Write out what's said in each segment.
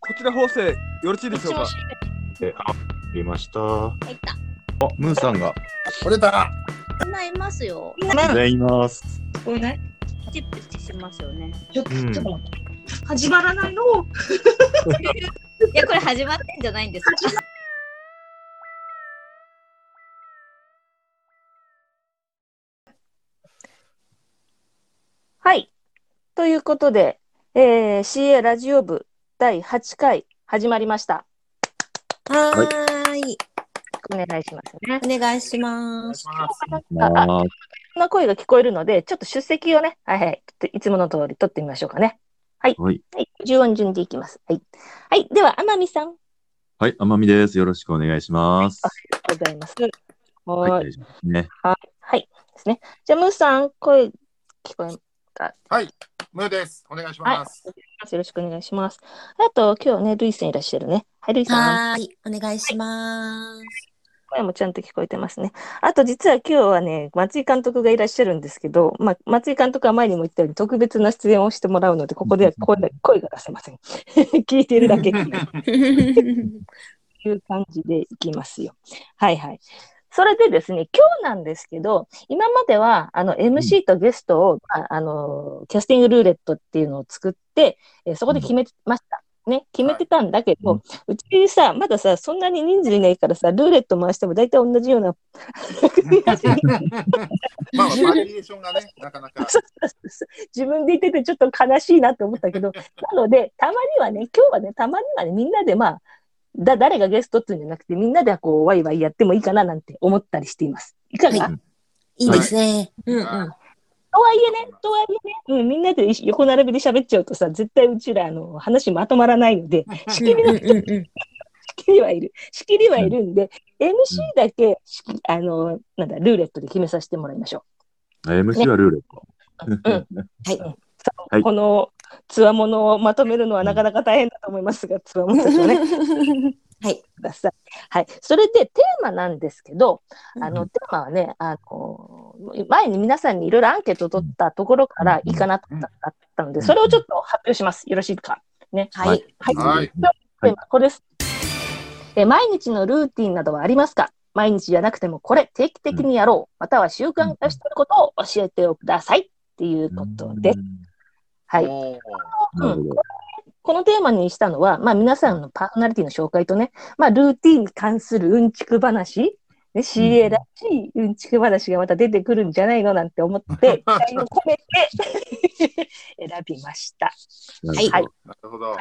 こちら方正よろしいでしょうかえあ、りました。あ、入った。ムーさんが。取れたみんないますよ。ございます。これね、チップチしますよね。ちょっと、うんちょっと待って。始まらないのいや、これ始まってんじゃないんですか。はい。ということで、えー、CA ラジオ部第8回始まりました。はーい。お願いしますね。お願いします。まあ、こんな声が聞こえるので、ちょっと出席をね、はいはい、ちょっといつもの通り取ってみましょうかね。はい。はい。順音順でいきます。はい。はい。では、天海さん。はい、あまみです。よろしくお願いします。ございます。はい、は大い。丈夫ですね。はい。ですね。じゃあ、ムーさん、声聞こえムーです。お願いしはいます。ます。よろしくお願いします。あと、今日ね、ルイさんいらっしゃるね。はい、ルイさん。はーい。お願いします。声もちゃんと聞こえてますね。あと実は今日はね、松井監督がいらっしゃるんですけど、まあ、松井監督は前にも言ったように特別な出演をしてもらうので、ここでは声が声が出せません。 聞いてるだけという感じでいきますよ。はいはい。それでですね、今日なんですけど、今まではあの MC とゲストを、まああのキャスティングルーレットっていうのを作って、えーそこで決めてました。ね、決めてたんだけど、はうちさ、まださ、そんなに人数いないからさ、ルーレット回しても大体同じような まあ、バリエーションがね、 なかなか。 自分で言っててちょっと悲しいなって思ったけど、なので、たまにはね、今日はね、たまにはね、みんなでまあ、だ誰がゲストっていうんじゃなくて、みんなでこう、ワイワイやってもいいかななんて思ったりしています。いかが、はいいいですね。うんうん。とはいえね、とはいえね、うん、みんなで一緒横並びで喋っちゃうとさ、絶対うちらあの話まとまらないので、仕切りのうんうんうん仕切りはいる。仕切りはいるんで、MC だけ、仕切あの、なんだ、ルーレットで決めさせてもらいましょあ MC はルーレット。う。うん。はいこのつわものをまとめるのはなかなか大変だと思いますが、つわものたちをね、はい。ください。はい。それでテーマなんですけど、あうの、テーマはね、あの、前に皆さんにいろいろアンケートを取ったところからいいかなと思っただったので、それをちょっと発表します。よろしいか。はい。はい。はい。はい はいテーマこれです。え毎日のルーティンなどはありますか毎日じゃなくてもこれ定期的にやろう、または習慣化していることを教えてくださいっていうことです。はい。おーなるほど。このテーマにしたのは、まあ、皆さんのパーソナリティの紹介とね、まあ、ルーティンに関するうんちく話、ね、CA らしいうんちく話がまた出てくるんじゃないのなんて思 って、期待を込めて 選びました。ははいはいなるほど。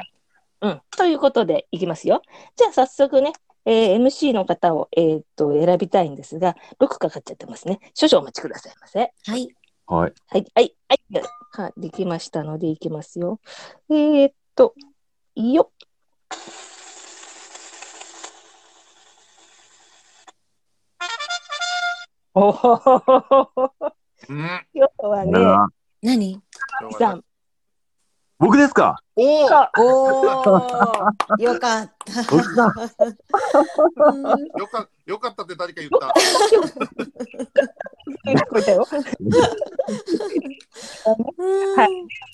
うん、ということで、いきますよ。じゃあ、早速ね、えー MC の方を、えーっと選びたいんですが、6かかっちゃってますね。少々お待ちくださいませ。はい。はい。はい、はい、はい。はできましたので、いきますよ。えー、っと、よっ。おほほほほうん。今日はね、あら何さん、僕ですかおお、おー。よかった。僕だうんよか、よかったって誰か言った。聞こえたよ。うん もう、もう、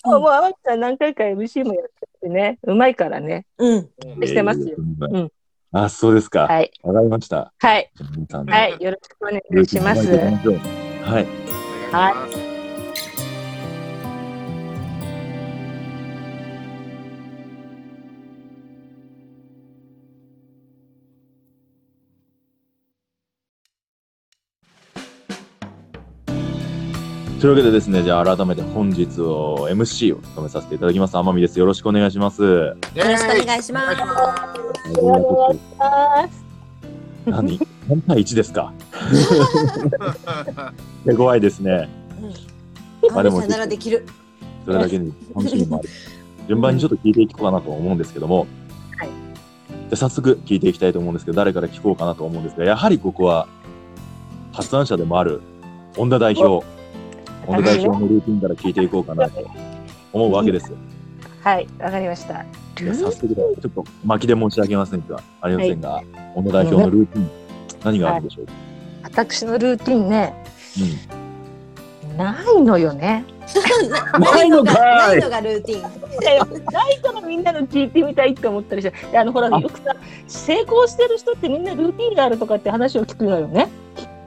天海さん何回か MC もやっててね、うまいからね。うん。 してますよ。うんあ、そうですか。はい、わかりました。はい、皆さんのはい、よろしくお願いします。ルーティンいただきましょうはい。お願いします。というわけでですね、じゃあ改めて本日を MC を務めさせていただきます。天海です。よろしくお願いします。よよろしくお願いしします。ろし何 ?3 対1ですかます。いや怖いですね。うん。まああでれもさならできる。それだけに楽しみもある。順番にちょっと聞いていこうかなと思うんですけども、はいじゃあ早速聞いていきたいと思うんですけど、誰から聞こうかなと思うんですが、やはりここは発案者でもある恩田代表、お恩田代表のルーティンから聞いていこうかなと思うわけです。はい、わかりました。いや早速だちょっと巻きで申し上げませんが、ありませんが、小野代表のルーティン、何があるんでしょうか。私のルーティンね、うんうーないのよね。ないのか ないいのがルーティン。ないからみんなの聞いてみたいって思ったりして、であのほら、あよくさ、成功してる人ってみんなルーティンがあるとかって話を聞くのよね。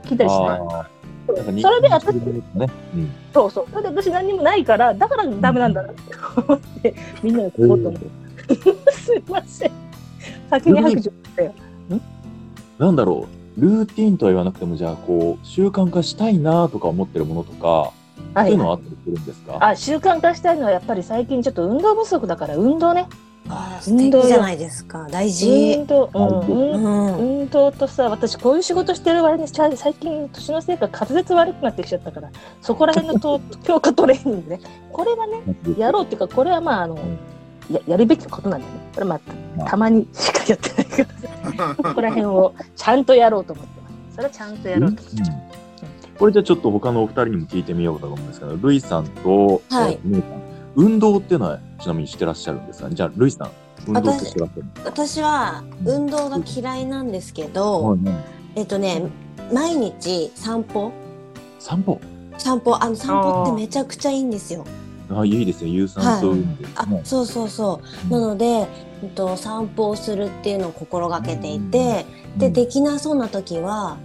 聞いたりしない。あーそれで私、ね、うんそうそう。それで私何にもないから、だからダメなんだなって思って、みんなのこうと思って。 すいません。先に白状して。なんだろう、ルーティンとは言わなくても、じゃあ、こう、習慣化したいなとか思ってるものとか、そはういうい。のはあったりするんですかあ、習慣化したいのはやっぱり最近ちょっと運動不足だから、運動ね。あー素敵じゃないですか。大事。運動、うん、う運ん。運動とさ、私こういう仕事してる割に、さ最近年のせいか滑舌悪くなってきちゃったから、そこら辺のと強化トレーニングね。 これはね、やろうっていうか、これはまあ、あの、ややるべきことなんだよね。これまあ、たまにしかやってないから。ここら辺をちゃんとやろうと思ってます。それはちゃんとやろうと思ってます。これじゃあちょっと他のお二人にも聞いてみようかと思うんですけど、ルイさんと、はいえーメイさん、運動っていうのはちなみにしてらっしゃるんですかねじゃあ、ルイさん、運動ってしてらっしゃるんです私は運動が嫌いなんですけか、ど、いはいえっとね、毎日散歩、散歩散歩、あの散歩ってめちゃくちゃいいんですよ。あいいですね、有酸素運動あね、そうそうそう。なうんので、えっと、散歩をするっていうのを心がけていて、うで、んできなそうな時は、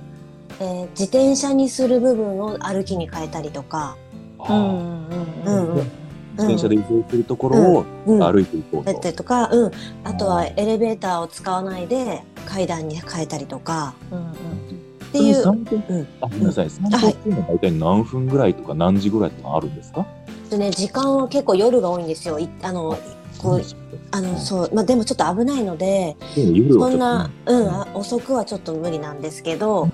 えー自転車にする部分を歩きに変えたりとか、あうーんううんんうんうん自転車で移動するところをうん、歩いていこうだっとた。りとか、うん、あとはエレベーターを使わないで階段に変えたりとかうんうんってそいれう、散歩うんあ、ごめんなさい、散歩っていうのは大体何分ぐらいとか何時ぐらいとかあるんですかでね、時間は結構夜が多いんですよ。いあのこうあのそう、まあ、でもちょっと危ないので夜そはちょんっとな、うん、あ遅くはちょっと無理なんですけど、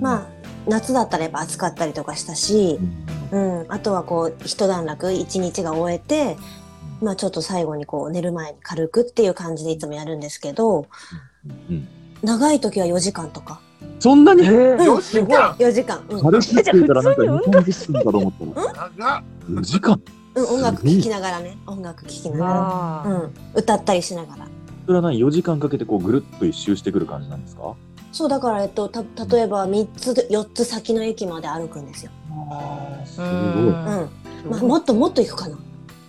まあ夏だったらやっぱ暑かったりとかしたしう、んうん、あとはこう一段落一日が終えて、まあ、ちょっと最後にこう寝る前に軽くっていう感じでいつもやるんですけどうん長い時は4時間とかそんなによし、行こう4時間、うん軽くしてたらなんか2、30分かと思ったの。長っ4時間うん、音楽聴きながらね音楽聴きながら、うん、歌ったりしながらそれは何 ?4 時間かけてこうぐるっと一周してくる感じなんですかそうだから、えっと、た例えば3つ4つ先の駅まで歩くんですよ、ああ、すうごい。うんんまあ、もっともっと行くかな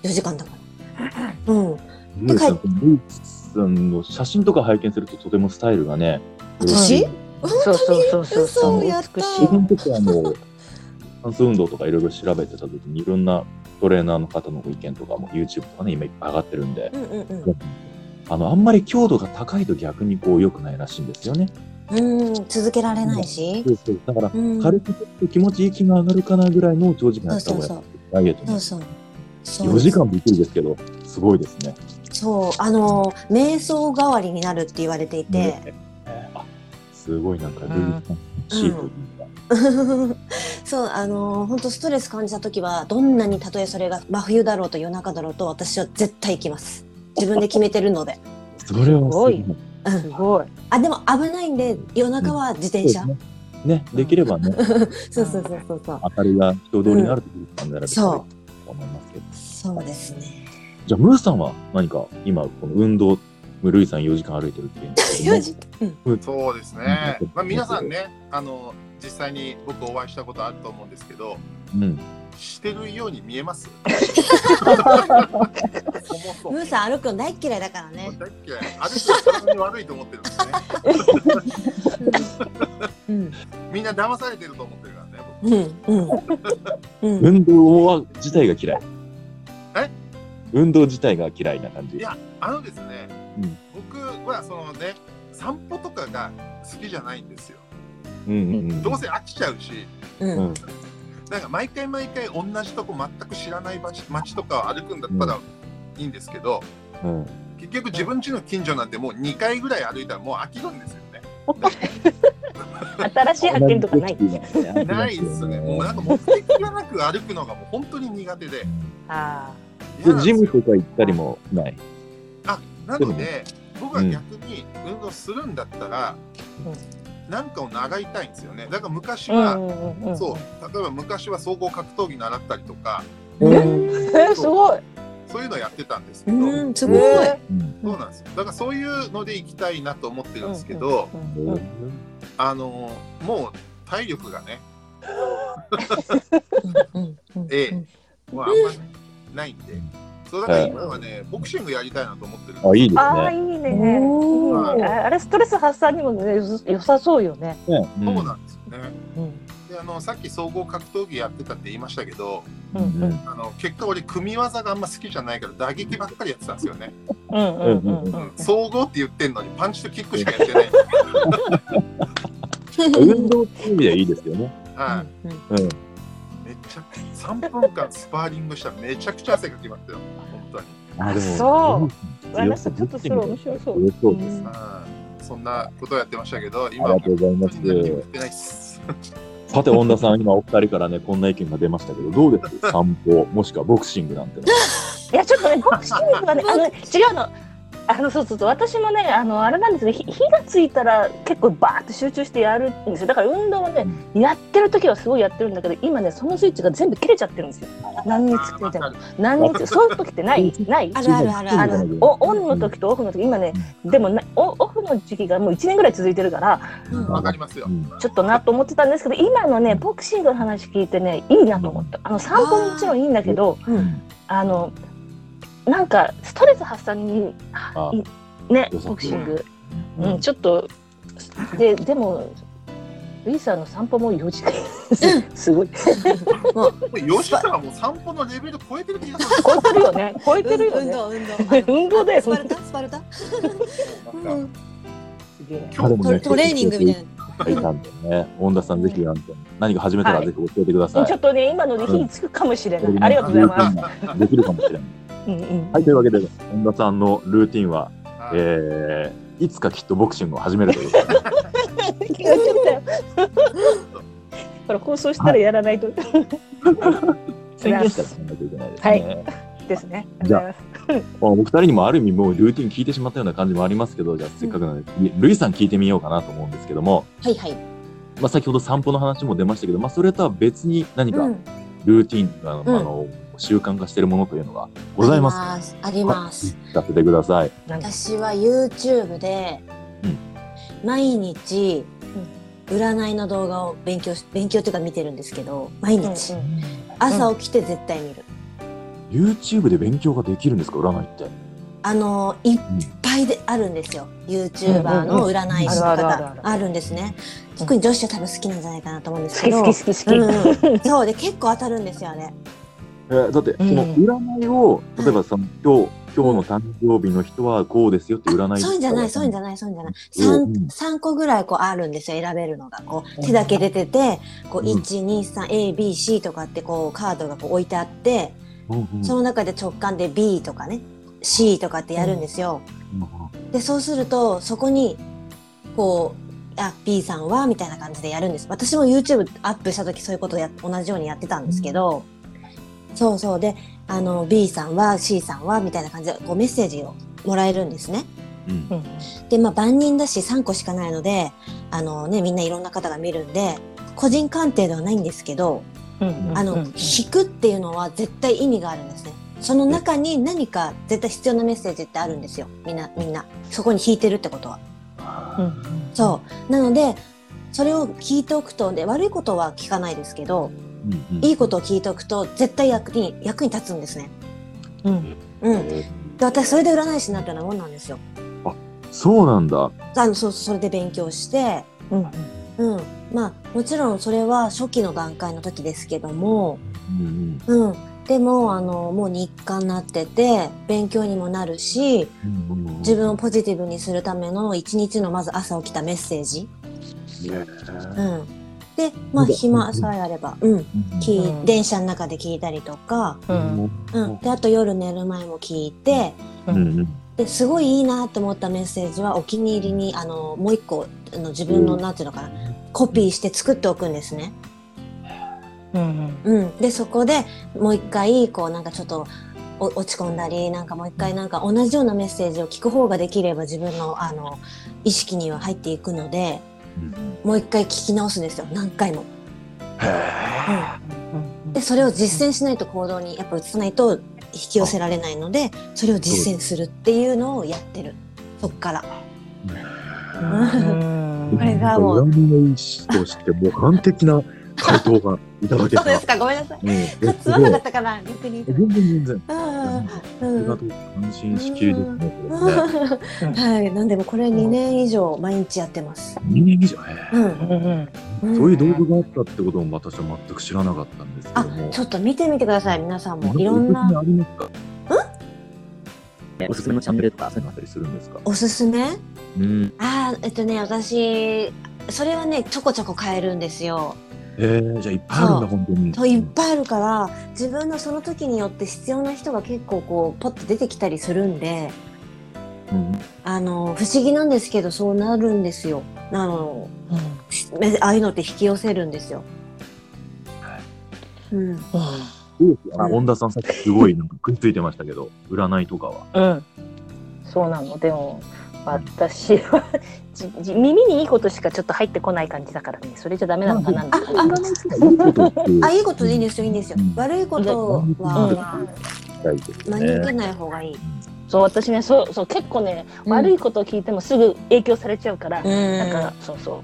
4時間だから。うん、ルイさん、ルイさんの写真とか拝見するととてもスタイルがね。私うんそうそうそうそう嘘そをうやった美し自い分とかあの、ダンス運動とかいろいろ調べてた時にいろんなトレーナーの方のご意見とかも YouTube とかね、今いっぱい上がってるんでう、んうんあの、あんまり強度が高いと逆にこう良くないらしいんですよね。うん、うん、続けられないし、そうそう。だから、うん、軽くちょっと気持ちいい気が上がるかなぐらいの長時間やった方がそうそうダイエットにそうそうそう4時間びっくりですけど、すごいですね。そうあの瞑想代わりになるって言われていて、えーあすごいなんかルールシートというか、 そうあの本当ストレス感じた時はどんなにたとえそれが真冬だろうと夜中だろうと私は絶対行きます自分で決めてるので、それはすごい。すうすん、ごいあでも危ないんで夜中は自転車、そうですねね、できればね、そうそうそうそうそう明かりが人通りのあるところに考えられるそと思いますけど。そうですねじゃあ、ムーさんは何か今、この運動、ルイさん4時間歩いてるっていう4時うんそうですね。まあ、皆さんね、あの、実際に僕お会いしたことあると思うんですけど、うん。してるように見えます。そもそムもーさん歩くの大っ嫌いだからねだっけ、あれ人は体に悪いと思ってるんですね。うんみんな騙されてると思ってるからね。僕うんうん、うん、運動は自体が嫌い。え運動自体が嫌いな感じ。いやあのですね、うん僕はそのね、散歩とかが好きじゃないんですよ。うんうんうん。どうせ飽きちゃうし、うんうんなんか毎回毎回同じとこ全く知らない街街とかを歩くんだったらいいんですけど、うん結局自分家の近所なんてもう2回ぐらい歩いたらもう飽きるんですよね。新しい発見とかないないですね。もうなんか目的がなく歩くのがもう本当に苦手 で。あ嫌なんですジよムとか行ったりもない。あなので僕は逆に運動するんだったら、なんかを習いたいんですよね。だから昔あうんは、うんうんそう例えば昔は総合格闘技習ったりとかうんえすごいそういうのやってたんですけど、うん、すごい、えうんそうなんですよだからそういうので行きたいなと思ってるんですけど、ーうんあのもう体力がねうんうんええはあんまりないんで。そうだから今はね、ボクシングやりたいなと思ってるんですあ、いいですああ、ね。いいね。おーいいねああれ、ストレス発散にも、ね、よ良さそうよね。ねうそうんなんですよね。であのさっき総合格闘技やってたって言いましたけどううんんうんあの結果俺組み技があんま好きじゃないから打撃ばっかりやってたんですよね、うんうんうんうんうん総合って言ってんのにパンチとキックしかやってない、運動っていう意味ではいいですよね。はいめっちゃ3分間スパーリングしたらめちゃくちゃ汗かきましたよ本当に、あ。そううわなんかちょっとそれ面白そう強そうです。はいそんなことやってましたけどあ今りはがとうございま本当に何もやっす。てないっす さて、恩田さん、今お二人からね、こんな意見が出ましたけど、どうです散歩、もしくはボクシングなんてのは。いや、ちょっとね、ボクシングはね、あの、ね、 違うの。あの、そうそうそう、私もね、あの、あれなんですね、ひ火がついたら、結構バーって集中してやるんですよ。だから、運動はね、やってる時はすごいやってるんだけど、今ね、そのスイッチが全部切れちゃってるんですよ。何につきみたいな。何につ、そういう時ってない、ない。あるあるあるああるのおオンの時とオフの時今ね、でもなおオフの時期がもう1年ぐらい続いてるからうんわかりますよ、うんちょっとなと思ってたんですけど今のねボクシングの話聞いてねいいなと思ったあの散歩ももちろんいいんだけどうんあのなんかストレス発散にあいね良さそうボクシング、ううんんちょっとででもウィーさんの散歩も4時間 すごい4時間はもう散歩のレベル超えてる気がす超えてるよね超えてるよ運ね動運動あの運動だよスパルタスパルタるなんかすげえまあでもねトレーニングみたいなはいたんでね、恩田さん、ぜひ、あの何か始めたら、ぜひ教えてください。ちょっとね今ので火つくかもしれない、うんありがとうございま す、す。できるかもしれない。うんうんはい、というわけで、本田さんのルーティンは、はいえー、いつかきっとボクシングを始めるとい うことで、気がちゃったよ。 ほら放送したらやらないと、宣言したらしないといけないですね。ですね。じゃまあお二人にもある意味、もうルーティン聞いてしまったような感じもありますけど、じゃあせっかくなので、ルイさん聞いてみようかなと思うんですけども、はいはいまあ、先ほど散歩の話も出ましたけど、まあ、それとは別に何うかんルーティン、あのうんあの習慣化しているものというのがございますかあります聞かせてください。私は YouTube で、うん毎日、占いの動画を勉強し勉強っていうか見てるんですけど毎日、朝起きて絶対見る、 YouTube で勉強ができるんですか、占いって。あのいっぱいであるんですよ YouTuber の占い師のうんうんうんあるあるあ方るあるあるんですね特に女子は多分好きなんじゃないかなと思うんです好けきど好き好き好き。うんうんそうで結構当たるんですよあれえーだって、そんの占いを、例えばその今日、今日の誕生日の人はこうですよって占い。そういうんじゃないそういうんじゃゃないそういうんじゃないうん 3, 三個ぐらいこうあるんですよ選べるのがこう手だけ出ててこううん 123ABC とかってこうカードがこう置いてあってない。うんうんその中で直感で B とかね C とかってやるんですよ。でそうするとそこにこうあ B さんはみたいな感じでやるんです。私も YouTube アップした時そういうことをや同じようにやってたんですけど、そうそうであの B さんは C さんはみたいな感じでこうメッセージをもらえるんですね。うんうんで、まあ、万人だし3個しかないので、あのね、みんないろんな方が見るんで、個人鑑定ではないんですけど、うんうんあの、うん引くっていうのは絶対意味があるんですね。その中に何か絶対必要なメッセージってあるんですよ。みんな、みんな。そこに引いてるってことは。うんそう。なので、それを聞いておくと、で、悪いことは聞かないですけど、うんうんいいことを聞いておくと、絶対役に、役に立つんですね。うんうん。えーで、私、それで占い師になったようなもんなんですよ。そうなんだ。あの、そう、それで勉強して、うんうん、まあもちろんそれは初期の段階の時ですけども、うんうんうん、でもあのもう日課になってて勉強にもなるしうんうん自分をポジティブにするための一日のまず朝起きたメッセージ、うん、でまあうん暇さえあれば、うん、聞いうん電車の中で聞いたりとか、うんうん、であと夜寝る前も聞いてうんうんですごいいいなと思ったメッセージはお気に入りにあのもう一個あの自分のうんなんていうのかなコピーして作っておくんですね。うんうん、でそこでもう一回こうなんかちょっとお落ち込んだりなんかもう一回なんか同じようなメッセージを聞く方ができれば自分のあの意識には入っていくので、もう一回聞き直すんですよ何回も。うんでそれを実践しないと行動にやっぱ移さないと引き寄せられないのでそれを実践するっていうのをやってるそっから。うんこれがもう占い師として模範的な回答がいただけそたうですか、ごめんなさい。うんえちょっとつすまんなごいかったかな、逆に。全然全然。ああ、うありん。がとう。安心しきりですね。これねはい、なんでもこれ2年以上毎日やってます。人間以上ね。うん。うんそういう道具があったってことも私は全く知らなかったんですけあども、。ちょっと見てみてください、皆さんも。いろんおすすめなありますか。おすすめのチャンネルとかそういうのあったりするんですか。おすすめうん。ああ、えっとね、私、それはね、ちょこちょこ変えるんですよ。えー、じゃあいっぱいあるんだ本当に。といっぱいあるから、自分のその時によって必要な人が結構こう、ポッと出てきたりするんで、うんあの、不思議なんですけど、そうなるんですよ。あの、めああいうのって引き寄せるんですよ。うん。あの本田さんさっきすごいなんか食いついてましたけど、占いとかは。うん、そうなのでも私はじじ耳にいいことしかちょっと入ってこない感じだからねそれじゃダメなのかなあ、あの、いいことってあ、いいことでいいんですよ、いいんですようん。悪いことは大事です真に受ねけ。ない方がいい。そう私ねそうそう結構ね、うん悪いことを聞いてもすぐ影響されちゃうから、なんうかそうそ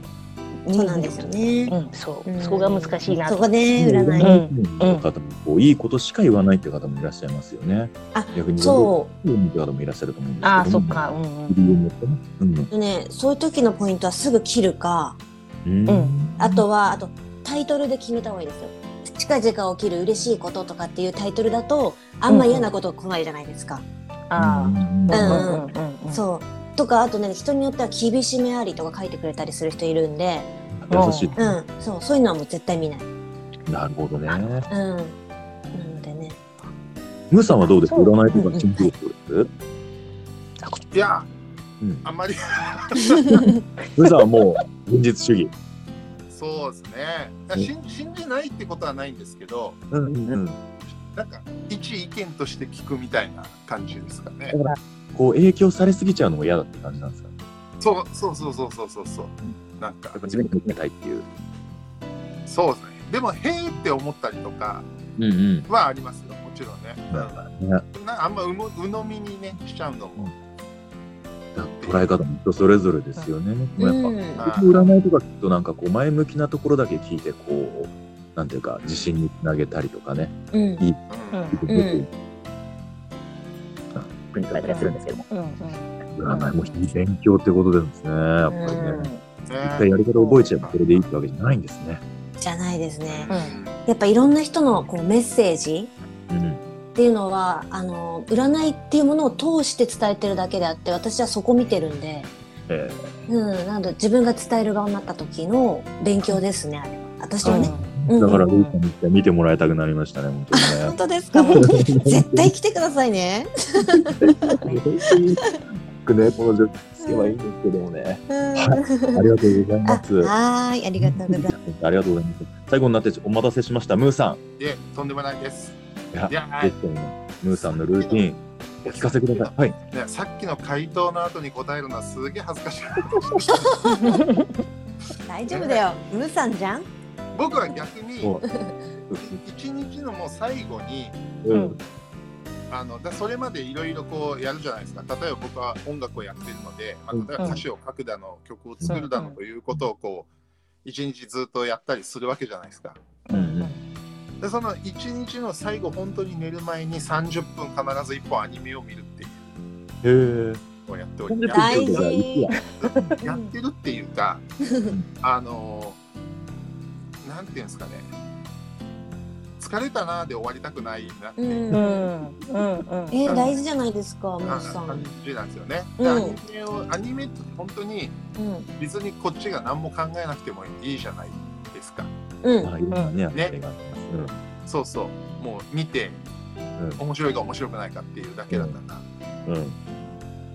ん、そうなんですよねう、。うん、そう、うんそこが難しいなそとこね、占い。の方もこういいことしか言わないって方もいらっしゃいますよね。あ逆にそ悪いことって方もいらっしゃると思うんですけど。ああそっか。うんうん理由によってね。うんう。ね、そういう時のポイントはすぐ切るか、うんうんあとは、あと、タイトルで決めた方がいいですよ。近々起きる嬉しいこととかっていうタイトルだと、あんま嫌なこと来ないじゃないですか。あうんうあんうんうんうんうそう。とか、あとね、人によっては厳しめありとか書いてくれたりする人いるんで、優しうい。ん、そう、そういうのはもう絶対見ない。うん。なるほどね。なのでね。ムーさんはどうですかそう占いとか信じることでいや、うんあんまりすムーさんはもう現実主義。そうですねだから信信じないってことはないんですけどうんうん。なんか一意見として聞くみたいな感じですかねこう影響されすぎちゃうのも嫌だって感じなんですかね。そうそうそうそうそうそうそうなんかやっぱ自分に決めたいっていう。そうですねでもへえって思ったりとかうんうん。はありますよもちろんね、ねうん、なあんまうの鵜呑みにねしちゃうのも捉え方も人それぞれですよね。でもやっんぱ、はい占いとか聞くとなんかこう前向きなところだけ聞いてこう、なんていうか自信につなげたりとかね、うんううんんうん国からするんですけども、うん占いも非勉強ってことなんですね。やっぱりうんね。一回ねやり方を覚えちゃえばこれでいいってわけじゃないんですね。じゃないですね。うんやっぱいろんな人のこうメッセージうん。っていうのはあの占いっていうものを通して伝えてるだけであって私はそこ見てるんで、えうん、なので自分が伝える側になった時の勉強ですねあれは私はね。えだから、うんルーさんに見てもらいたくなりましたね、本 本当当ですかもう絶対来てくださいね。にね。本当にね、この女子つけばいいんですけどもね。うんありがとうございあます。はーいありがとうございます。ありがとうございます。最後になってお待たせしました、ムーさん。でとんでもないですいやいやゲストのムーさんのルーティン、お聞かせください。はい。ねさっきの回答の後に答えるのはすげえ恥ずかしい 大丈夫だよムーさんじゃん。僕は逆にお一日のもう最後にううんん。あのだそれまでいろいろこうやるじゃないですか例えば僕は音楽をやってるので、まあ、例えば歌詞を書くだの曲を作るだのうんということをこう一日ずっとやったりするわけじゃないですかうんうんでその一日の最後本当に寝る前に30分必ず1本アニメを見るっていうへえ。のをやっており30や大事じゃあいいややってるっていうかあのなんていうんですかね疲れたなーで終わりたくないなってういうんうんうんうんうんえー大事じゃないですかムーさ感ん。じなんですよね。うんアニメをアニメって本当にうん別にこっちが何も考えなくてもいいじゃないですか。うんあ、いろんなね、あねれがあります。そうそう。もう見て、うん面白いか面白くないかっていうだけだったな。うん。うん。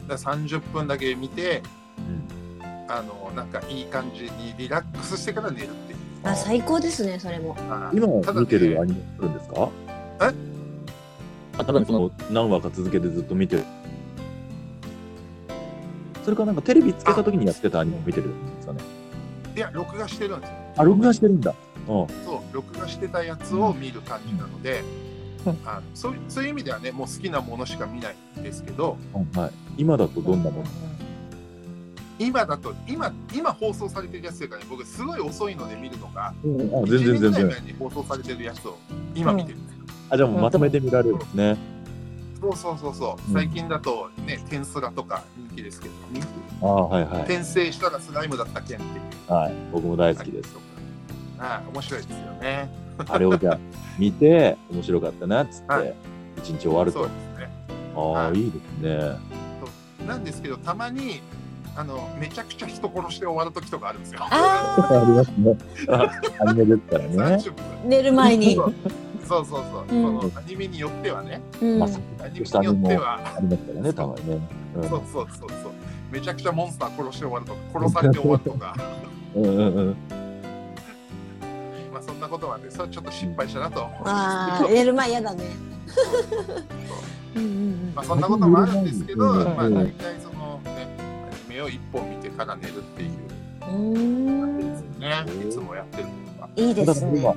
だから30分だけ見て、うんあの、なんかいい感じにリラックスしてから寝るっていう。あ最高ですねそれも。あー今ただね見てるアニメあるんですかえあただその何話か続けてずっと見てる。それからなんかテレビつけた時にやってたアニメ見てるんですかね。いや、録画してるんですよ。あ、録画してるんだ。うん。そう、録画してたやつを見る感じなので、うんあのそうそういう意味ではね、もう好きなものしか見ないんですけど、はい、今だとどんなもの、今だと、今、今放送されてるやつというかね、僕すごい遅いので見るのが、うんあ全然全1年ぐ然らい。前に放送されてるやつを今見てる。あ、じゃあもうまとめて見られるんですね。そうそうそうそう。最近だとね、天スラとか人気ですけど、人気ああ、はいはい。転生したらスライムだった件っていう。はい。僕も大好きです。。ああ、面白いですよね。あれをじゃあ見て、面白かったなっつっはいて、一日終わるそうとで。すね。ああ、はいいいですね。なんですけど、たまに、あの、めちゃくちゃ人殺して終わる時とかあるんですよ。あありますね。あ アニメですからね。 30分。寝る前にそ。うそうそうそう、うんそのアニメによってはね、うんまあ、さアっニきメとしたアによっニメてもは、ありますからね、たまにね。そうそうそうそう、めちゃくちゃモンスター殺して終わるとか、殺されて終わるとか、うんうんうんうん。まあそんなことはね、それはちょっと失敗したなと思うんですああ、寝る前嫌だね。うんうんまあそんなこともあるんですけど、うんまあ大体そのね、アニメを一本見てから寝るっていううん。うーんね、いつもやってるのが。いいでだすからね今。、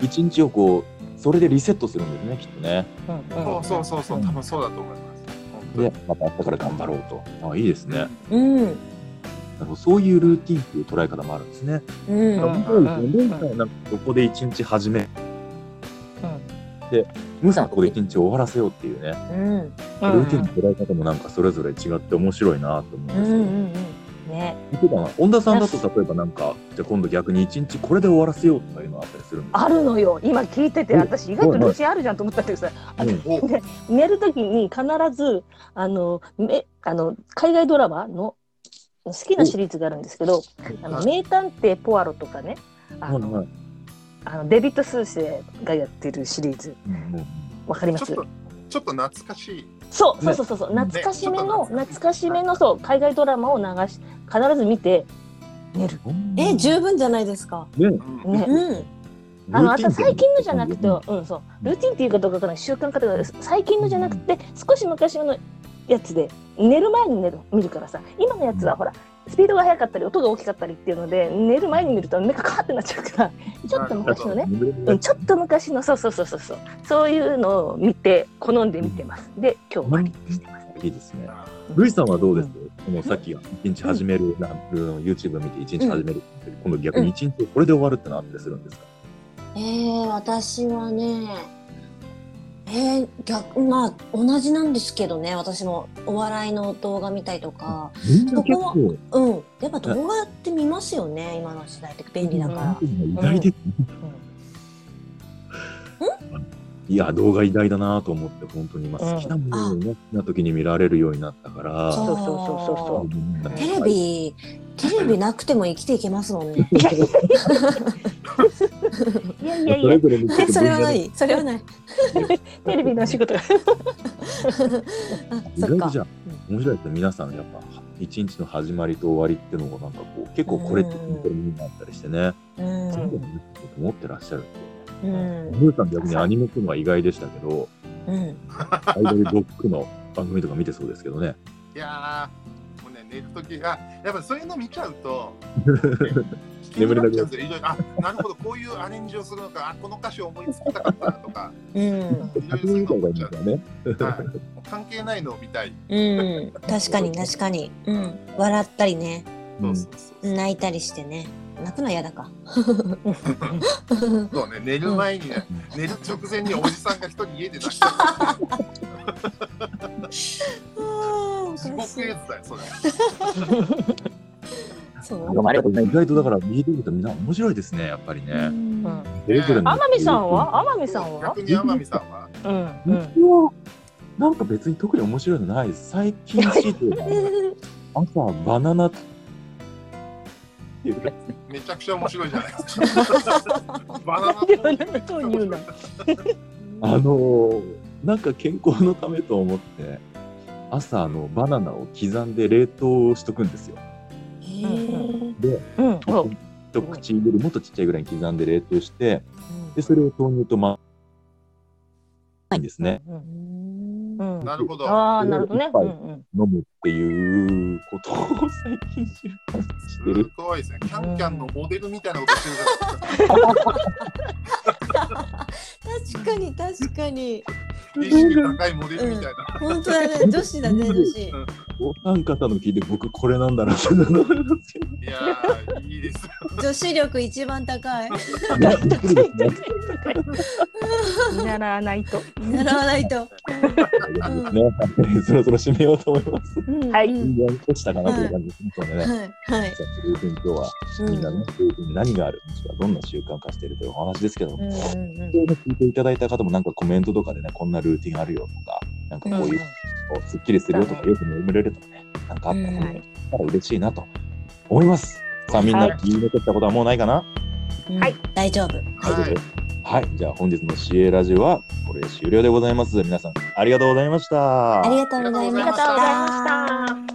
一日をこう、それでリセットするんですね、きっとね。そうそうそうそう、多分そうだと思います。本当にで、また明日から頑張ろうと。あいいですね。うん。なるほどそういうルーティンっていう捉え方もあるんですね。うん。面白いですね。なんかここで一日始め、で、無さんここで一日終わらせようっていうね、うん。ルうんーティンの捉え方もなんかそれぞれ違って面白いなと思ううんんですうんけど。うん。ね。見てたな恩田さんだと例えばなんかじゃあ今度逆に一日これで終わらせようとかいうのあったりするんですかあるのよ今聞いててうん私意外とルーチンあるじゃんと思ったんだけどさうんお寝るときに必ずあのめあの海外ドラマの好きなシリーズがあるんですけど「あの名探偵ポアロ」とかねあの、はいはいあのデビッド・スーセがやってるシリーズうんうんわかりまちょっすと、ちょっと懐かしい。そうそねうそうそうそう懐かしめの、ね懐かしめのそう海外ドラマを流し必ず見て寝るうんえ、十分じゃないですか。うんねうん。あのあルとーティン最って近のじゃなくて、うんうん、そうルーティンっていうかどうかわからない習慣化とか最近のじゃなくて少し昔のやつで寝る前に寝る見るからさ今のやつうはんほらスピードが速かったり音が大きかったりっていうので寝る前に見ると目がカーってなっちゃうからちょっと昔のねうん、ちょっと昔のそうそうそうそうそうそういうのを見て好んで見てますで今日までしてます、いいですねルイさんはどうですこのさっきが一日始めるな YouTube を見て一日始めるって今度逆に一日これで終わるってのあったりするんですかえー、私はね、えー、逆、まあ、同じなんですけどね、私も。お笑いの動画見たりとか。みんな結構構うん。やっぱ動画って見ますよね、今の時代って便利だから。意外ですねいや動画偉大だなと思って本当に今うん好きなものをね好きな時に見られるようになったからそうそうそうそうそうそううんテレビ、テレビなくても生きていけますもんね。いやいやいやそいやいやれいぞれのちょえっ とそれは分野なでい。それはない。やテレビの仕事があ、意そっ外とかじ。ゃあ面白いですね皆さんやっぱ一日の始まりと終わりっていうのがなんかこう結構これって似てるものがあったりしてねうん。そういうのもねちょっと持ってらっしゃるっていうねうん。ブーさん逆にアニメっていうのは意外でしたけどうん。アイドルロックの番組とか見てそうですけどねいやー、もうね、寝るときが、やっぱそういうの見ちゃうと、眠れなくちなゃうんるですよいろいろあ、なるほど、こういうアレンジをするのか、あこの歌詞を思いつきたかったなとか、うん。いろい確ろそうい認うみたの見いがいいんちゃうですよねはいもう関係ないのを見たい。うん。確かに、確かに。うん。笑ったりね。うそんうそうそう泣いたりしてね。泣くのは嫌だか。そうね、寝る前にね、寝る直前におじさんが一人家で出してる地獄絵図だよ、それ。そう。でもやっぱ意外とだから見えてるとみんな面白いですねやっぱりねうんそれぞれの天海さんは天海さんは逆に天海さんは、うんうん僕はなんか別に特に面白いのないです最近シート 朝バナナっていうめちゃくちゃ面白いじゃないですか。バナナなんでバナナと言うのあのーなんか健康のためと思って朝あのバナナを刻んで冷凍しとくんですよへーうんお一口よりもっとちっちゃいぐらいに刻んで冷凍してでそれを豆乳とまないんですねうんうんなるほど。ああなるほどねはういんうん飲むっていうことを最近知る感じしすてるごいですね。キャンキャンのモデルみたいなことしてるじゃないですか。確かに確かに意識高いモデルみたいな。本当だね女子だね女子お三方の聞いて僕これなんだなって思いますよいやー、いいですよ。女子力一番高い。高い高い高い高い。見習わないと。習わないと。ね。はいそろそろ締めようと思います。はいうんいいやりとしたかなという感じですね。そうね。はい。はい。さあというふうに今日はうんみんなね、というふうに何がある、もしくはどんな習慣化しているというお話ですけども、うん本うんうん当に聞いていただいた方もなんかコメントとかでね、こんなルーティンあるよとか、なんかこういうのをすっきりするよとか、よく眠れるとかね、なんかあうったらんねたら嬉しいなと思います。さあみんなはい言い残したことはもうないかな、うんはい大丈夫。大丈夫はい、じゃあ本日の CA ラジオはこれで終了でございます。皆さんありがとうございました。ありがとうございあまりがとうございまししたた。